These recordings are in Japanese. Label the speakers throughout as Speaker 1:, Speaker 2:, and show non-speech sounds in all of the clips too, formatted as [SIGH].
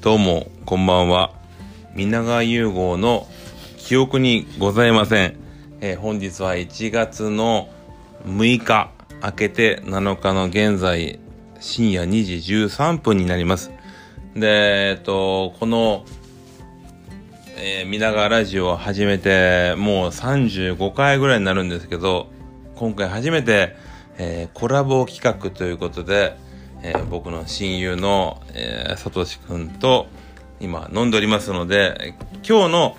Speaker 1: どうも、こんばんは。皆川融合の記憶にございません。えー本日は1月の6日、明けて7日の現在、深夜2時13分になります。で、えっと、この、えー、皆川ラジオを始めて、もう35回ぐらいになるんですけど、今回初めて、えーコラボ企画ということで、えー僕の親友の、えー、さとしくんと今飲んでおりますのでえー今日の、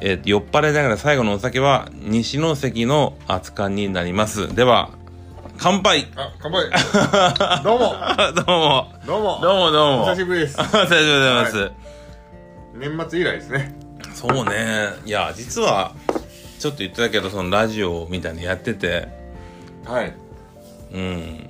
Speaker 1: えー酔っ払いながら最後のお酒は西の関の熱燗になりますでは乾杯 [LAUGHS]
Speaker 2: あ、乾杯どうも
Speaker 1: どうも
Speaker 2: どうも
Speaker 1: どうも [LAUGHS] どうも
Speaker 2: 久しぶりです
Speaker 1: ありがとうございます、
Speaker 2: は年末以来ですね
Speaker 1: そうねいや実はちょっと言ってたけどそのラジオみたいなのやってて
Speaker 2: はい
Speaker 1: うん。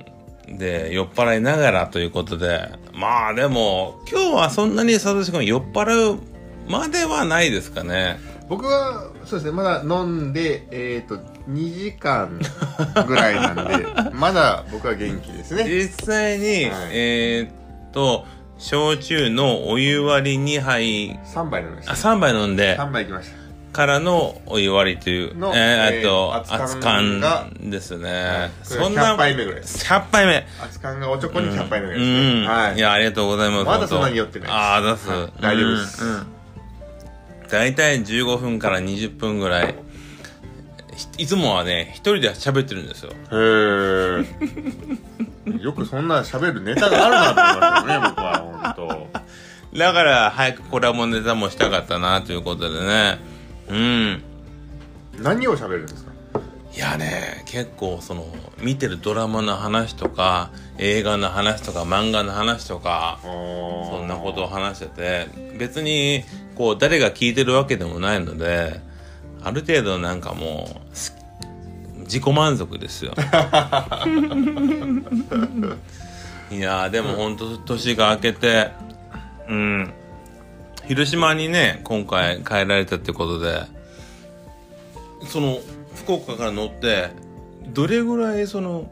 Speaker 1: で、酔っ払いながらということで、まあでも、今日はそんなに佐藤志君酔っ払うまではないですかね。
Speaker 2: 僕はそうですねまだ飲んでえっ、と2時間ぐらい
Speaker 1: [LAUGHS]
Speaker 2: なんでまだ僕は元気ですね
Speaker 1: 実際に、
Speaker 2: はい
Speaker 1: えーっと、焼酎のお湯割り2杯、
Speaker 2: 3杯飲みまし
Speaker 1: あ、
Speaker 2: た
Speaker 1: 3杯飲んで、
Speaker 2: 3杯いきました
Speaker 1: からのお湯割りという、え
Speaker 2: の
Speaker 1: ー、あ
Speaker 2: え
Speaker 1: と、
Speaker 2: ー
Speaker 1: 熱
Speaker 2: 熱
Speaker 1: 燗
Speaker 2: 燗が
Speaker 1: ですね。
Speaker 2: い
Speaker 1: そんな、
Speaker 2: 100杯目ぐらいです
Speaker 1: 100杯目。
Speaker 2: 熱燗がおちょこに100杯飲みま
Speaker 1: う
Speaker 2: したね、
Speaker 1: ん、、
Speaker 2: はいい
Speaker 1: や、ありがとうございます。
Speaker 2: まだ
Speaker 1: 本当
Speaker 2: そんなに酔ってないです
Speaker 1: ああ、出す、
Speaker 2: はい大丈夫です
Speaker 1: うんうん大体15分から20分ぐらい。ひいつもはね、一人で喋ってるんですよ。
Speaker 2: へえよくそんな喋るネタがあるなと思いましたよね僕は本当
Speaker 1: だから、早くコラボネタもしたかったな、ということでね。うん。
Speaker 2: 何を喋るんですか
Speaker 1: いやね、結構その、見てるドラマの話とか、映画の話とか、漫画の話とか、そ
Speaker 2: そ
Speaker 1: んなことを話してて、別に、こう、誰が聞いてるわけでもないので、ある程度なんかもうす、自己満足ですよ。いやー、でも本当年が明けて、うん、広島にね、今回帰られたってことで、その、福岡から乗って、どれぐらいその、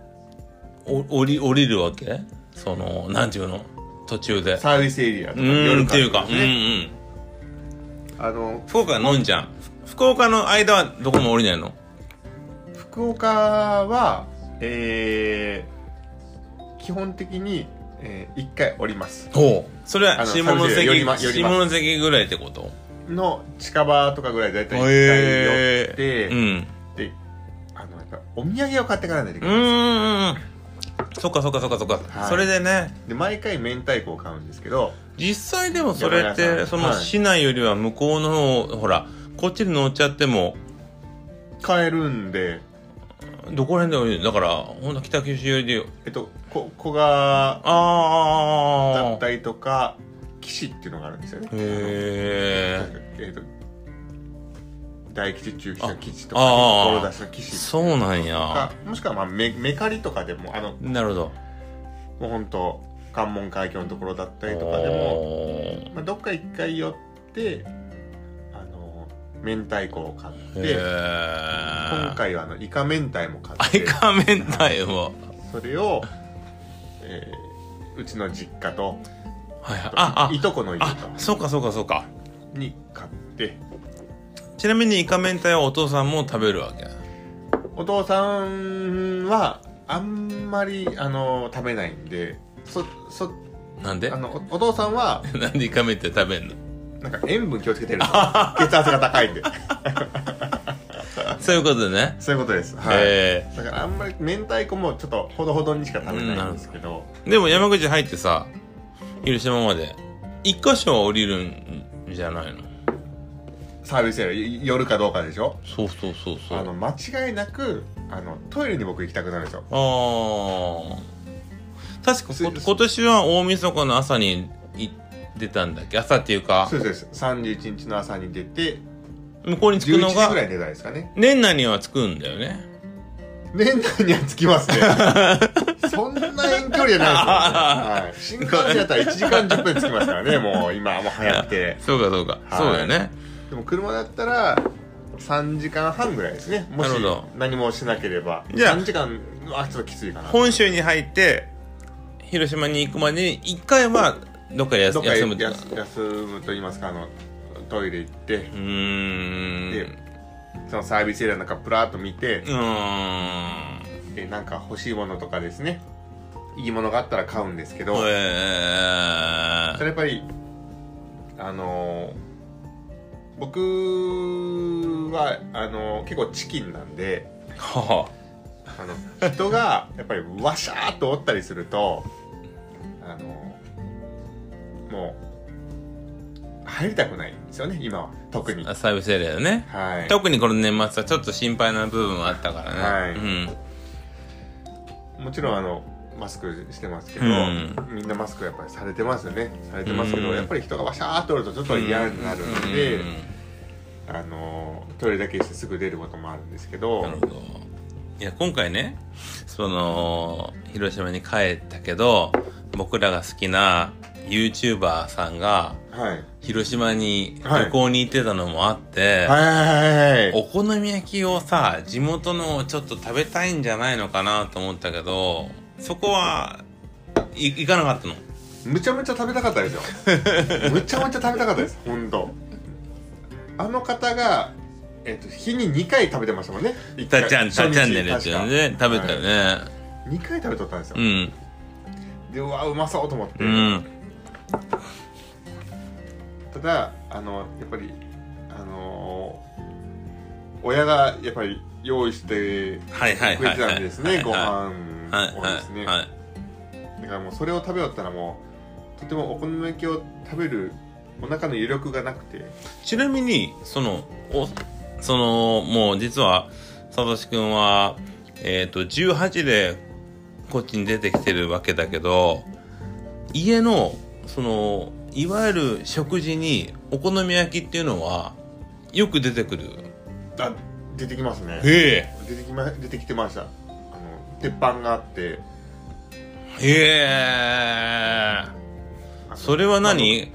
Speaker 1: お降り、降りるわけその、なんていうの途中で。
Speaker 2: サービスエリアと
Speaker 1: う
Speaker 2: か
Speaker 1: ーん
Speaker 2: 夜
Speaker 1: っていうか、
Speaker 2: と
Speaker 1: うん
Speaker 2: ね
Speaker 1: うん。
Speaker 2: あの
Speaker 1: 福岡のんちゃん。福岡の間はどこも降りないの
Speaker 2: 福岡はえー、基本的に、えー、1回降ります
Speaker 1: ほう。それは
Speaker 2: あの
Speaker 1: 下
Speaker 2: 寂しいよ寄り
Speaker 1: 関、
Speaker 2: ま寄りま
Speaker 1: 下関ぐらいってこと
Speaker 2: の近場とかぐらいだいたい1回寄っ
Speaker 1: へ
Speaker 2: て、
Speaker 1: うん。
Speaker 2: であのやっぱお土産を買ってからないというけ
Speaker 1: ー
Speaker 2: ないんですよ
Speaker 1: んうん。そっかそっかそっかそっか。
Speaker 2: はい
Speaker 1: それでね、
Speaker 2: で毎回明太子を買うんですけど
Speaker 1: 実際でもそれっ
Speaker 2: 山屋さ
Speaker 1: て、
Speaker 2: ん
Speaker 1: その
Speaker 2: はい
Speaker 1: 市内よりは向こうの方、ほら、こっちに乗っちゃっても、
Speaker 2: 買えるんで
Speaker 1: どこら辺で降りるだから、ほんと北九州寄りでよ。
Speaker 2: えっとこ古賀だ
Speaker 1: あー。
Speaker 2: ったりとか岸っていうのがあるんですよね
Speaker 1: へー。
Speaker 2: えっと大吉中吉の吉と
Speaker 1: あ
Speaker 2: か
Speaker 1: あー
Speaker 2: 出しの吉
Speaker 1: そうなんや
Speaker 2: か。もしくは、まあ、メメカリとかでもあのも
Speaker 1: なるほど。
Speaker 2: う本当関門海峡のところだったりとかでも、
Speaker 1: も
Speaker 2: まあ、どっか一回寄ってあの明太子を買って今
Speaker 1: 今
Speaker 2: 回はあのイカ明太も買
Speaker 1: ア
Speaker 2: っ
Speaker 1: イ
Speaker 2: て
Speaker 1: カ明太を
Speaker 2: それを、えーうちの実家と
Speaker 1: はいはいあ
Speaker 2: いとこの家
Speaker 1: あ
Speaker 2: と
Speaker 1: あそうかそうかそうか
Speaker 2: に買って
Speaker 1: ちなみにイカ明太はお父さんも食べるわけ
Speaker 2: お父さんはあんまりあの食べないんでそそ
Speaker 1: なんで
Speaker 2: あのおお父さんは
Speaker 1: [LAUGHS] なんでイカ明太食べんの
Speaker 2: なんか塩分気をつけてるんですよ血圧が高いんで
Speaker 1: そういうことでね
Speaker 2: そういうことです。はい。
Speaker 1: え
Speaker 2: だからあんまり明太子もちょっとほどほどにしか食べないんですけど、
Speaker 1: ーでも山口入ってさ広島まで一箇所は降りるんじゃないの
Speaker 2: サービスエリア夜かどうかでしょ
Speaker 1: そうそうそうそう
Speaker 2: あ
Speaker 1: あ
Speaker 2: の間違いなくあのトイレに僕行きたくなるんですよ
Speaker 1: あー確か
Speaker 2: そう
Speaker 1: こ
Speaker 2: です
Speaker 1: 今年は大晦日の朝にい出たんだっけ朝っていうか
Speaker 2: そうですそうです31日の朝に出て
Speaker 1: 向こうに着く
Speaker 2: 11
Speaker 1: の
Speaker 2: 時ぐら
Speaker 1: が
Speaker 2: いに出たんですかね
Speaker 1: 年内には着くんだよね
Speaker 2: 年内には着き
Speaker 1: [LAUGHS]
Speaker 2: ますねそんな遠距離じゃないですよ、ねはい、新幹線だったら1時間10分着きますからねもう今はもう早
Speaker 1: [LAUGHS]
Speaker 2: くて
Speaker 1: そうかそうか、
Speaker 2: はい
Speaker 1: そうだよね
Speaker 2: でも車だったら3時間半ぐらいですねもし
Speaker 1: なるほど
Speaker 2: 何もしなければ
Speaker 1: じゃあ
Speaker 2: 3時間はちょっときついかな
Speaker 1: 本州に入って広島に行くまでに1回はどっかでやす
Speaker 2: どっか
Speaker 1: 休む
Speaker 2: 休
Speaker 1: とか
Speaker 2: 休むと言いますかあのトイレ行って
Speaker 1: うーん
Speaker 2: で
Speaker 1: う
Speaker 2: そのサービスエリアなんかプラーっと見て、
Speaker 1: ーん
Speaker 2: でなんか欲しいものとかですねいいものがあったら買うんですけど、それ
Speaker 1: え
Speaker 2: やっぱりあのー僕はあのー結構チキンなんで
Speaker 1: ー、は
Speaker 2: あの人がやっぱりわしゃーっとおったりするとあのーもう入りたくないんですよね今は特に
Speaker 1: あサービスエリアだね、
Speaker 2: はい
Speaker 1: 特にこの年末はちょっと心配な部分はあったからね、
Speaker 2: はい
Speaker 1: うん
Speaker 2: もちろんあのマスクしてますけど、
Speaker 1: うん
Speaker 2: みんなマスクやっぱりされてますよねされてますけど、
Speaker 1: うん
Speaker 2: やっぱり人がわしゃーっとおるとちょっと嫌になるんで、
Speaker 1: うん
Speaker 2: あのトイレだけしてすぐ出ることもあるんですけど
Speaker 1: なるほどいや今回ねその広島に帰ったけど僕らが好きな YouTuber さんが
Speaker 2: はい
Speaker 1: 広島に
Speaker 2: はい
Speaker 1: 旅行に行ってたのもあって、
Speaker 2: はいはいはいはい
Speaker 1: お好み焼きをさ地元のをちょっと食べたいんじゃないのかなと思ったけどそこはい行かなかったの
Speaker 2: むちゃむちゃ食べたかったですよ
Speaker 1: [LAUGHS]
Speaker 2: むちゃむちゃ食べたかったです本当あの方がえっと日に2回食べてましたもんね一回
Speaker 1: たっちゃん
Speaker 2: 初
Speaker 1: たっ
Speaker 2: 日
Speaker 1: ちゃんでねっていうのね
Speaker 2: 確か
Speaker 1: 食べたよね、
Speaker 2: はい2回食べとったんですよ、
Speaker 1: うん
Speaker 2: でうわうまそうと思って、
Speaker 1: うん
Speaker 2: ただあのやっぱりあの親がやっぱり用意して
Speaker 1: はいはい
Speaker 2: くれ
Speaker 1: は
Speaker 2: て
Speaker 1: い
Speaker 2: たんですねご
Speaker 1: は
Speaker 2: 飯
Speaker 1: いはい
Speaker 2: をですね、
Speaker 1: はい
Speaker 2: だからもうそれを食べよったらもうとてもお好み焼きを食べるお腹の余力がなくて
Speaker 1: ちなみにそのおそのもう実はさとしくんはえっ、と18でこっちに出てきてるわけだけど家のそのいわゆる食事にお好み焼きっていうのはよく出てくる
Speaker 2: あ出てきますね
Speaker 1: へ
Speaker 2: 出てきま出てきてましたあの鉄板があって
Speaker 1: えへえ
Speaker 2: あの
Speaker 1: それは何例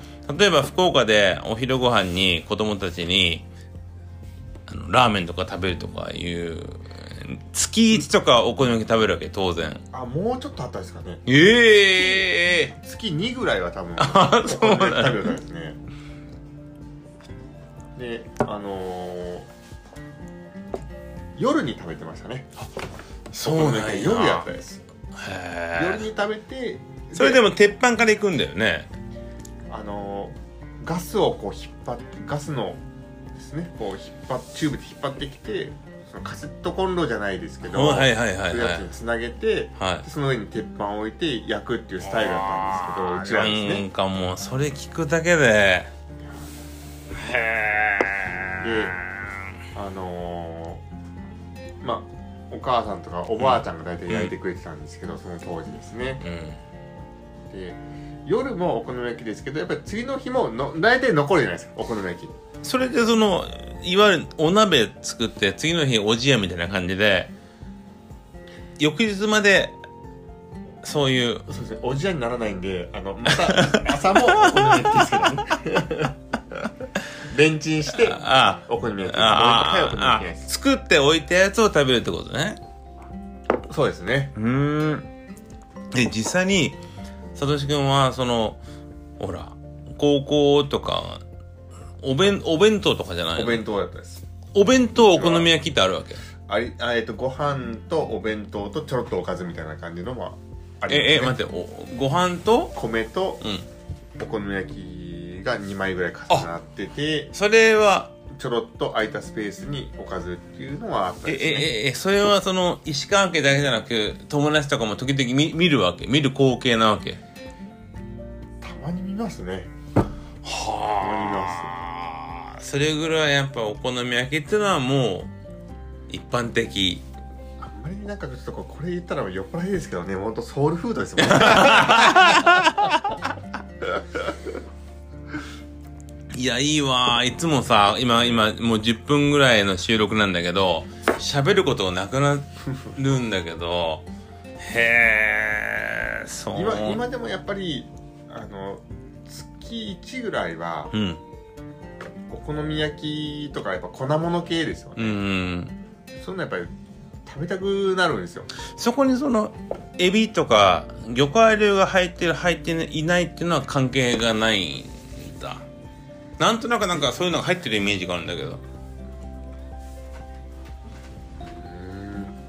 Speaker 1: えば福岡でお昼ご飯に子供たちにあのラーメンとか食べるとかいう月1とかお好み焼き食べるわけ当然
Speaker 2: あもうちょっとあったですかね
Speaker 1: ええ
Speaker 2: 月2ぐらいは多分
Speaker 1: あそうなんだ
Speaker 2: 食べたんですねであのー夜に食べてましたね
Speaker 1: そうなんや
Speaker 2: お好み焼き夜やったです夜に
Speaker 1: へえ
Speaker 2: 食べて
Speaker 1: それでも鉄板から行くんだよね
Speaker 2: あのガスをこう引っ張ってガスのですねこう引っ張っチューブで引っ張ってきてそのカセットコンロじゃないですけど、
Speaker 1: おはいはいは
Speaker 2: そ
Speaker 1: い
Speaker 2: ういう
Speaker 1: は
Speaker 2: やつに
Speaker 1: い
Speaker 2: つなげて
Speaker 1: は
Speaker 2: でその上に鉄板を置いて焼くっていうスタイルだったんですけどうちは
Speaker 1: い
Speaker 2: です
Speaker 1: なん
Speaker 2: ね
Speaker 1: かもうそれ聞くだけでへ
Speaker 2: であのーまあお母さんとかおばあちゃんが大体焼いてくれてたんですけど、その当時ですね
Speaker 1: えうん
Speaker 2: で夜もお好み焼きですけどやっぱり次の日もの大体残るじゃないですかお好み焼き
Speaker 1: それでそのいわゆるお鍋作って次の日おじやみたいな感じで翌日までそういう
Speaker 2: そうですね、おじやにならないんで、あの、また、 [LAUGHS] 朝もお好み焼きですけどね。 [LAUGHS] レンチンして、
Speaker 1: あ
Speaker 2: お好み焼きです。お好み
Speaker 1: ああ
Speaker 2: 焼きで
Speaker 1: あ
Speaker 2: す。
Speaker 1: 作っておいたやつを食べるってことね
Speaker 2: そうですね。
Speaker 1: うんで実際にさとし君はそのほら高校とかお弁お弁当とかじゃないの
Speaker 2: お弁当だったです。
Speaker 1: お弁当お好み焼きってあるわけ
Speaker 2: あり、あえっと、ご飯とお弁当とちょろっとおかずみたいな感じのもあります、
Speaker 1: ええ待
Speaker 2: ね。
Speaker 1: っておご飯と
Speaker 2: 米と
Speaker 1: うん
Speaker 2: お好み焼きが2枚ぐらい重なってて、
Speaker 1: それは
Speaker 2: ちょろっと空いたスペースにおかずっていうのはあった
Speaker 1: え
Speaker 2: ですね。
Speaker 1: えええそれはその石川家だけじゃなく友達とかも時々見見るわけ見る光景なわけ
Speaker 2: たまに見ますね。
Speaker 1: はあそれぐらいやっぱお好み焼きってのはもう一般的
Speaker 2: あんまりなんかちょっとこうこれ言ったら酔っ払いですけどね、本当ソウルフードですも
Speaker 1: [LAUGHS]
Speaker 2: んね。
Speaker 1: いやいいわいつもさ今今もう10分ぐらいの収録なんだけど喋ることがなくなるんだけどへえそう
Speaker 2: 今今でもやっぱりあの月1ぐらいは
Speaker 1: うん
Speaker 2: お好み焼きとかやっぱ粉物系ですよ
Speaker 1: う
Speaker 2: ね、
Speaker 1: ん
Speaker 2: そういうのやっぱり食べたくなるんですよ
Speaker 1: そこにそのエビとか魚介類が入ってる入っていないっていうのは関係がないんだなんとなくなんかそういうのが入ってるイメージがあるんだけど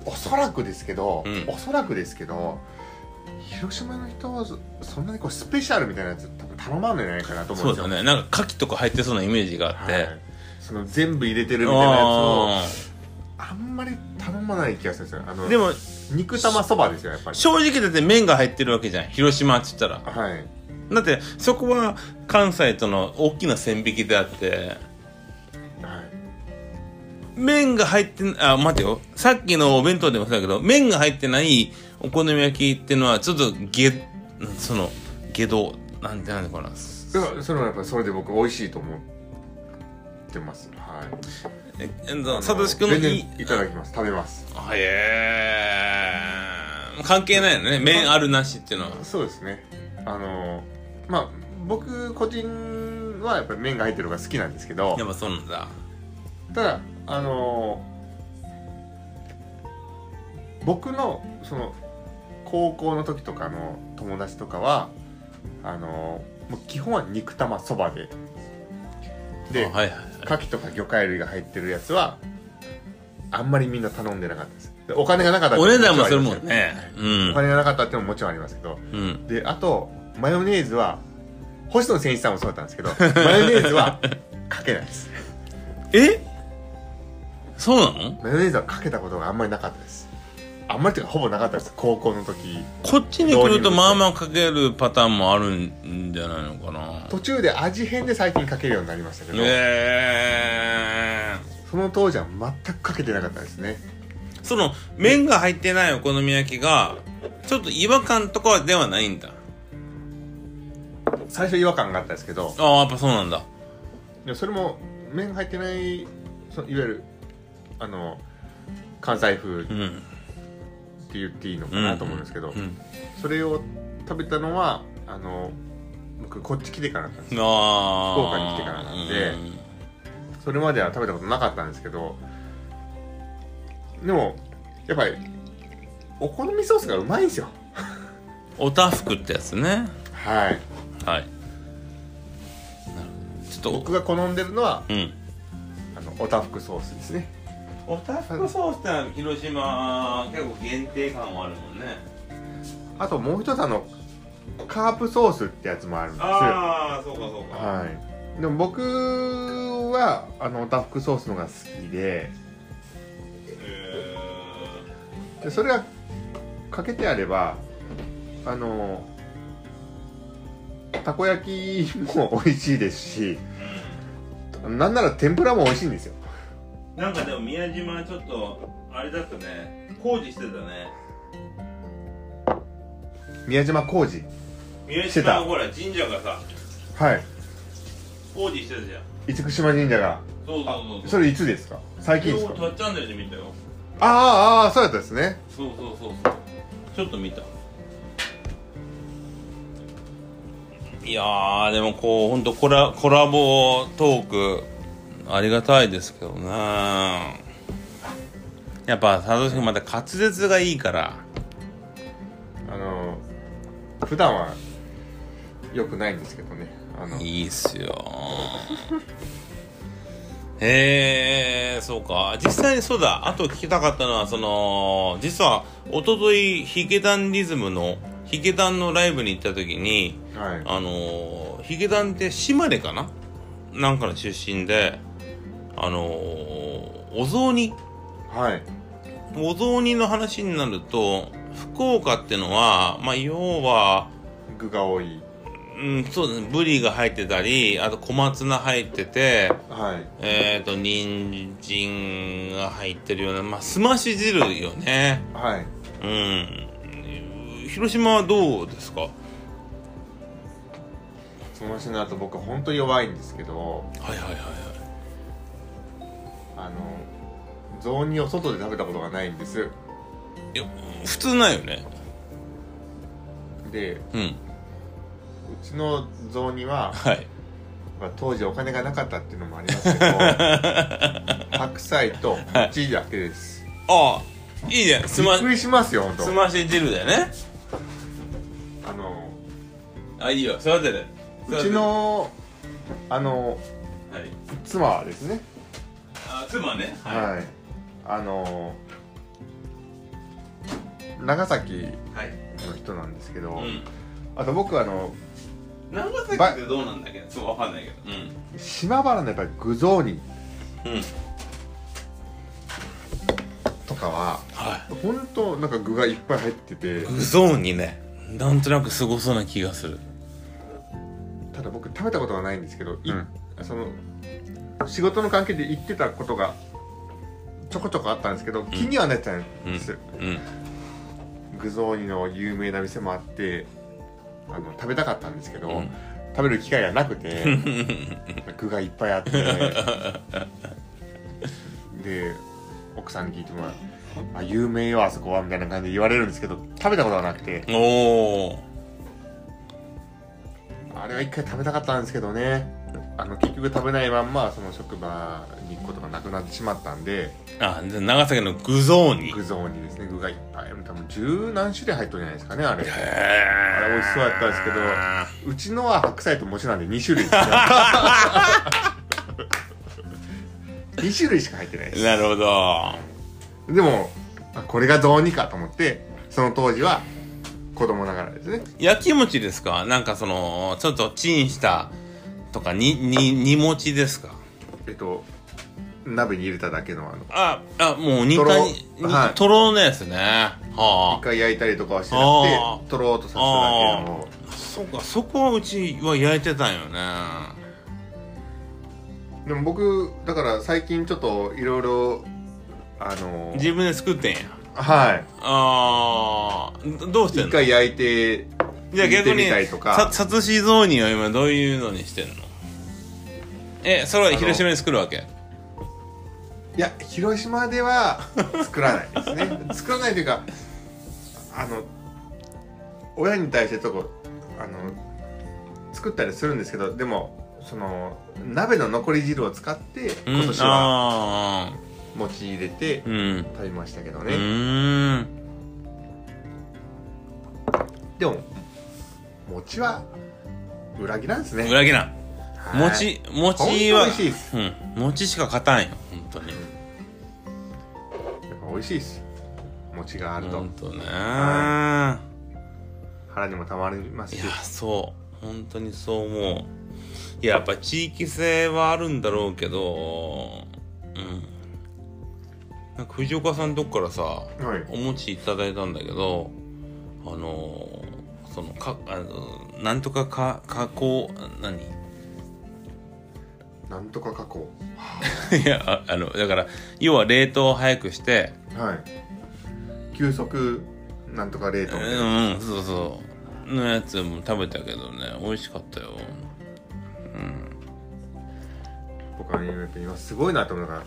Speaker 2: おそらくですけど、
Speaker 1: うん
Speaker 2: おそらくですけど広島の人はそそんなにこうスペシャルみたいなやつ多分頼まんのじゃないかなと思うん
Speaker 1: そう
Speaker 2: です
Speaker 1: だね
Speaker 2: よ
Speaker 1: なんか牡蠣とか入ってそうなイメージがあって、
Speaker 2: はい、その全部入れてるみたいなやつを
Speaker 1: あ
Speaker 2: あんまり頼まない気がするんですよあ
Speaker 1: ー
Speaker 2: の
Speaker 1: でも
Speaker 2: 肉玉そばですよやっぱり
Speaker 1: 正直だって麺が入ってるわけじゃん広島っつったら
Speaker 2: はい
Speaker 1: だってそこは関西との大きな線引きであって
Speaker 2: はい
Speaker 1: 麺が入ってんあ待てよさっきのお弁当でもそうだけど麺が入ってないお好み焼きっていうのはちょっとげその下道なんてなんのかな
Speaker 2: だからそれはやっぱりそれで僕美味しいと思ってますはい
Speaker 1: えサトシ君の
Speaker 2: 全
Speaker 1: いい
Speaker 2: 然いただきます食べます
Speaker 1: あへえ関係ないよね麺あるなしっていうのは
Speaker 2: そうですねあのまあ僕個人はやっぱり麺が入ってるのが好きなんですけど
Speaker 1: やっぱそうなんだ
Speaker 2: ただあの僕のその高校の時とかの友達とかはあのもう基本は肉玉そばでで、
Speaker 1: あはいはい
Speaker 2: 牡蠣とか魚介類が入ってるやつはあんまりみんな頼んでなかったですでお金がなかったって
Speaker 1: お
Speaker 2: い
Speaker 1: 値
Speaker 2: うの
Speaker 1: 段も
Speaker 2: ち
Speaker 1: する
Speaker 2: ろん
Speaker 1: も
Speaker 2: あり
Speaker 1: ん
Speaker 2: ますよ
Speaker 1: ねうん
Speaker 2: お金がなかったっていうのももちろんありますけど
Speaker 1: うん
Speaker 2: であとマヨネーズは星野選手さんもそうだったん
Speaker 1: [LAUGHS]
Speaker 2: ですけどマヨネーズはかけないです
Speaker 1: えそうなの
Speaker 2: マヨネーズはかけたことがあんまりなかったですあんまりというかほぼなかったです高校の時
Speaker 1: こっちに来るとまあまあかけるパターンもあるんじゃないのかな
Speaker 2: 途中で味変で最近かけるようになりましたけど、
Speaker 1: ええ
Speaker 2: その当時は全くかけてなかったですね
Speaker 1: その麺が入ってないお好み焼きがちょっと違和感とかではないんだ
Speaker 2: 最初違和感があったんですけど
Speaker 1: ああやっぱそうなんだ
Speaker 2: でもそれも麺が入ってないそのいわゆるあの関西風っ
Speaker 1: う
Speaker 2: て
Speaker 1: ん
Speaker 2: 言っていいのか
Speaker 1: うん
Speaker 2: なと思うんですけど、
Speaker 1: うん
Speaker 2: それを食べたのはあの僕こっち来てからなんです
Speaker 1: ああ
Speaker 2: 福岡に来てからなんでそれまでは食べたことなかったんですけどでもやっぱりお好みソースがうまいんですよ
Speaker 1: おたふくってやつね
Speaker 2: はい
Speaker 1: はいなるほどちょっと
Speaker 2: 僕が好んでるのは
Speaker 1: うん
Speaker 2: あのおたふくソースですね
Speaker 1: おたふ
Speaker 2: く
Speaker 1: ソースっては広島結構限定感はあるもんね
Speaker 2: あともう一つあのカープソースってやつもあるんです
Speaker 1: ああそうかそうか
Speaker 2: はい、でも僕はあのダフクソースのが好きで
Speaker 1: へ
Speaker 2: でそれがかけてあればあのたこ焼きも美味しいですし
Speaker 1: ー
Speaker 2: なんなら天ぷらも美味しいんですよ
Speaker 1: なんかでも宮島ちょっとあれだったね工事してたね
Speaker 2: 宮島浩二
Speaker 1: 宮
Speaker 2: して
Speaker 1: 島
Speaker 2: た
Speaker 1: ほら神社がさ
Speaker 2: はい
Speaker 1: 工事してたじゃん
Speaker 2: 厳島神社が
Speaker 1: そう
Speaker 2: あ
Speaker 1: そうそう
Speaker 2: それいつですか最近です
Speaker 1: 今日
Speaker 2: か
Speaker 1: たっちゃんねるで見たよ
Speaker 2: あーあーそうだったですね
Speaker 1: そうそうそうそうちょっと見たいやーでもこうほんとコラコラボトークありがたいですけどねやっぱ佐藤君また滑舌がいいから
Speaker 2: あの普段はよくないんですけどねあの
Speaker 1: いいっすよ。 [LAUGHS] へえ、そうか。実際にそうだ。あと聞きたかったのは、その、実は、おととい、ヒゲダンリズムの、ヒゲダンのライブに行った時に、
Speaker 2: はい
Speaker 1: あのー、ヒゲダンって島根かななんかの出身で、あのー、お雑煮
Speaker 2: はい
Speaker 1: お雑煮の話になると、福岡ってのは、まあ、要は、
Speaker 2: 具が多い
Speaker 1: うん、そうですね。ブリが入ってたり、あと小松菜入ってて、
Speaker 2: はい
Speaker 1: えっ、ー、と、人参が入ってるような、まあ、すまし汁よね。
Speaker 2: はい
Speaker 1: うん。広島はどうですかは
Speaker 2: その人の後僕本当に弱いんですけど
Speaker 1: いはいはいはい。
Speaker 2: あの雑煮を外で食べたことがないんです
Speaker 1: いや、普通ないよね。
Speaker 2: でう
Speaker 1: うん。
Speaker 2: ちの雑煮は、
Speaker 1: はい。
Speaker 2: まあ、当時お金がなかったっていうのもありますけど白菜と餅だけです、
Speaker 1: ああ、いいじゃん。す
Speaker 2: び
Speaker 1: ま
Speaker 2: っ、くりしますよ本当
Speaker 1: すまし汁だよね。あいいよ育てる
Speaker 2: うち、のあの
Speaker 1: 育てるはい、
Speaker 2: 妻はですね
Speaker 1: あ妻ね
Speaker 2: はい、
Speaker 1: は
Speaker 2: あの長崎
Speaker 1: い、はい
Speaker 2: の人なんですけど、
Speaker 1: うん
Speaker 2: あと僕あの
Speaker 1: 長崎ってどうなんだっけそうわかんないけどう
Speaker 2: 島原のやっぱり具雑煮
Speaker 1: んうん
Speaker 2: とかは
Speaker 1: は
Speaker 2: 本当なんか具がいっぱい入ってて
Speaker 1: いゾーンにねなんとなくすごそうな気がする
Speaker 2: ただ僕食べたことはないんですけど、い
Speaker 1: うん
Speaker 2: その仕事の関係で行ってたことがちょこちょこあったんですけど気にはなっちゃうんです、
Speaker 1: うん
Speaker 2: 具雑煮の有名な店もあってあの食べたかったんですけど、
Speaker 1: うん
Speaker 2: 食べる機会がな
Speaker 1: [LAUGHS]
Speaker 2: くて具がいっぱいあってで奥さんに聞いてもらう「あ有名よあそこは」みたいな感じで言われるんですけど食べたことはなくて
Speaker 1: おお
Speaker 2: あれは一回食べたかったんですけどねあの結局食べないまんまその職場に行くことがなくなってしまったんで
Speaker 1: あで長崎の具ゾーンに
Speaker 2: 具雑煮ですね具がいっぱい多分十何種類入ってるんじゃないですかねあれ
Speaker 1: へ
Speaker 2: あ
Speaker 1: え
Speaker 2: れ美味しそうやったんですけどうちのは白菜と餅なんで2種類2種類しか入ってないです
Speaker 1: なるほど
Speaker 2: でもあこれが雑煮かと思ってその当時は子供ながらですね
Speaker 1: 焼き餅ですかなんかそのちょっとチンしたとかにに煮餅ですか
Speaker 2: えっと鍋に入れただけのあの
Speaker 1: ああもう煮
Speaker 2: とろ
Speaker 1: たに
Speaker 2: はい
Speaker 1: とろのやつねはあ
Speaker 2: 一回焼いたりとかはしてな
Speaker 1: あ
Speaker 2: くてとろーっとさせただけの
Speaker 1: そうかそこはうちは焼いてたんよね
Speaker 2: でも僕だから最近ちょっといろいろあの
Speaker 1: 自分で作ってんや
Speaker 2: はい
Speaker 1: あーどどうして
Speaker 2: 一
Speaker 1: んの
Speaker 2: 回焼いて
Speaker 1: じゃあ逆
Speaker 2: 煮て
Speaker 1: に
Speaker 2: みたりとか
Speaker 1: さサツシ雑煮は今どういうのにしてんのえそれは広島に作るわけ
Speaker 2: いや広島では作らないですね [LAUGHS] 作らないというかあの親に対してとこあの作ったりするんですけどでもその鍋の残り汁を使って
Speaker 1: うん
Speaker 2: 今年は
Speaker 1: ああ
Speaker 2: 餅入れて
Speaker 1: うん
Speaker 2: 食べましたけど
Speaker 1: う
Speaker 2: ね、
Speaker 1: ーん
Speaker 2: でも餅は裏切らんですね
Speaker 1: 裏切らん
Speaker 2: はい
Speaker 1: 餅餅
Speaker 2: 本当美
Speaker 1: は
Speaker 2: 味しいです
Speaker 1: うん餅しか勝たんよ本当に
Speaker 2: やっぱ美味しいです餅があると、
Speaker 1: 本当ね
Speaker 2: は腹にもたまります
Speaker 1: い
Speaker 2: し
Speaker 1: やそう本当にそう思ういややっぱ地域性はあるんだろうけどうんなんか藤岡さんとこからさ
Speaker 2: はい
Speaker 1: お餅いただいたんだけどあのーそのかあのなんとかか加工何
Speaker 2: なんとか加工
Speaker 1: [LAUGHS] いやああのだから要は冷凍を早くして
Speaker 2: はい急速なんとか冷凍みたいな
Speaker 1: うん、そうそうのやつも食べたけどね美味しかったよ
Speaker 2: 僕はねやっぱ今すごいなと思うのが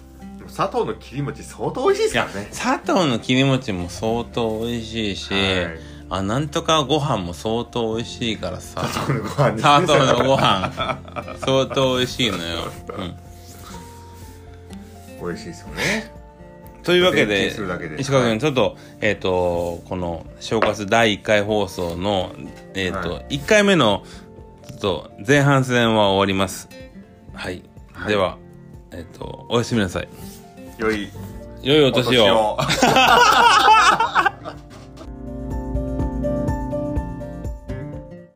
Speaker 2: 砂糖の切り餅相当美味しい
Speaker 1: い
Speaker 2: で
Speaker 1: や
Speaker 2: すからね
Speaker 1: 砂糖の切り餅も相当美味しいし、
Speaker 2: はい
Speaker 1: あなんとかご飯も相当美味しいから
Speaker 2: [LAUGHS]
Speaker 1: さ
Speaker 2: 砂糖のご飯ですね
Speaker 1: 砂糖のご飯相当美味しいのよ、う
Speaker 2: 美味しいですよね
Speaker 1: ん、というわけ
Speaker 2: 提
Speaker 1: で
Speaker 2: 供するだけで
Speaker 1: 石川君ちょっとえっ、とこの正月第1回放送のえっ、と、
Speaker 2: は
Speaker 1: 1回目のちょっと前半戦は終わりますはい、
Speaker 2: はい
Speaker 1: ではえっ、とおやすみなさい
Speaker 2: 良い
Speaker 1: 良いお年を
Speaker 2: お年を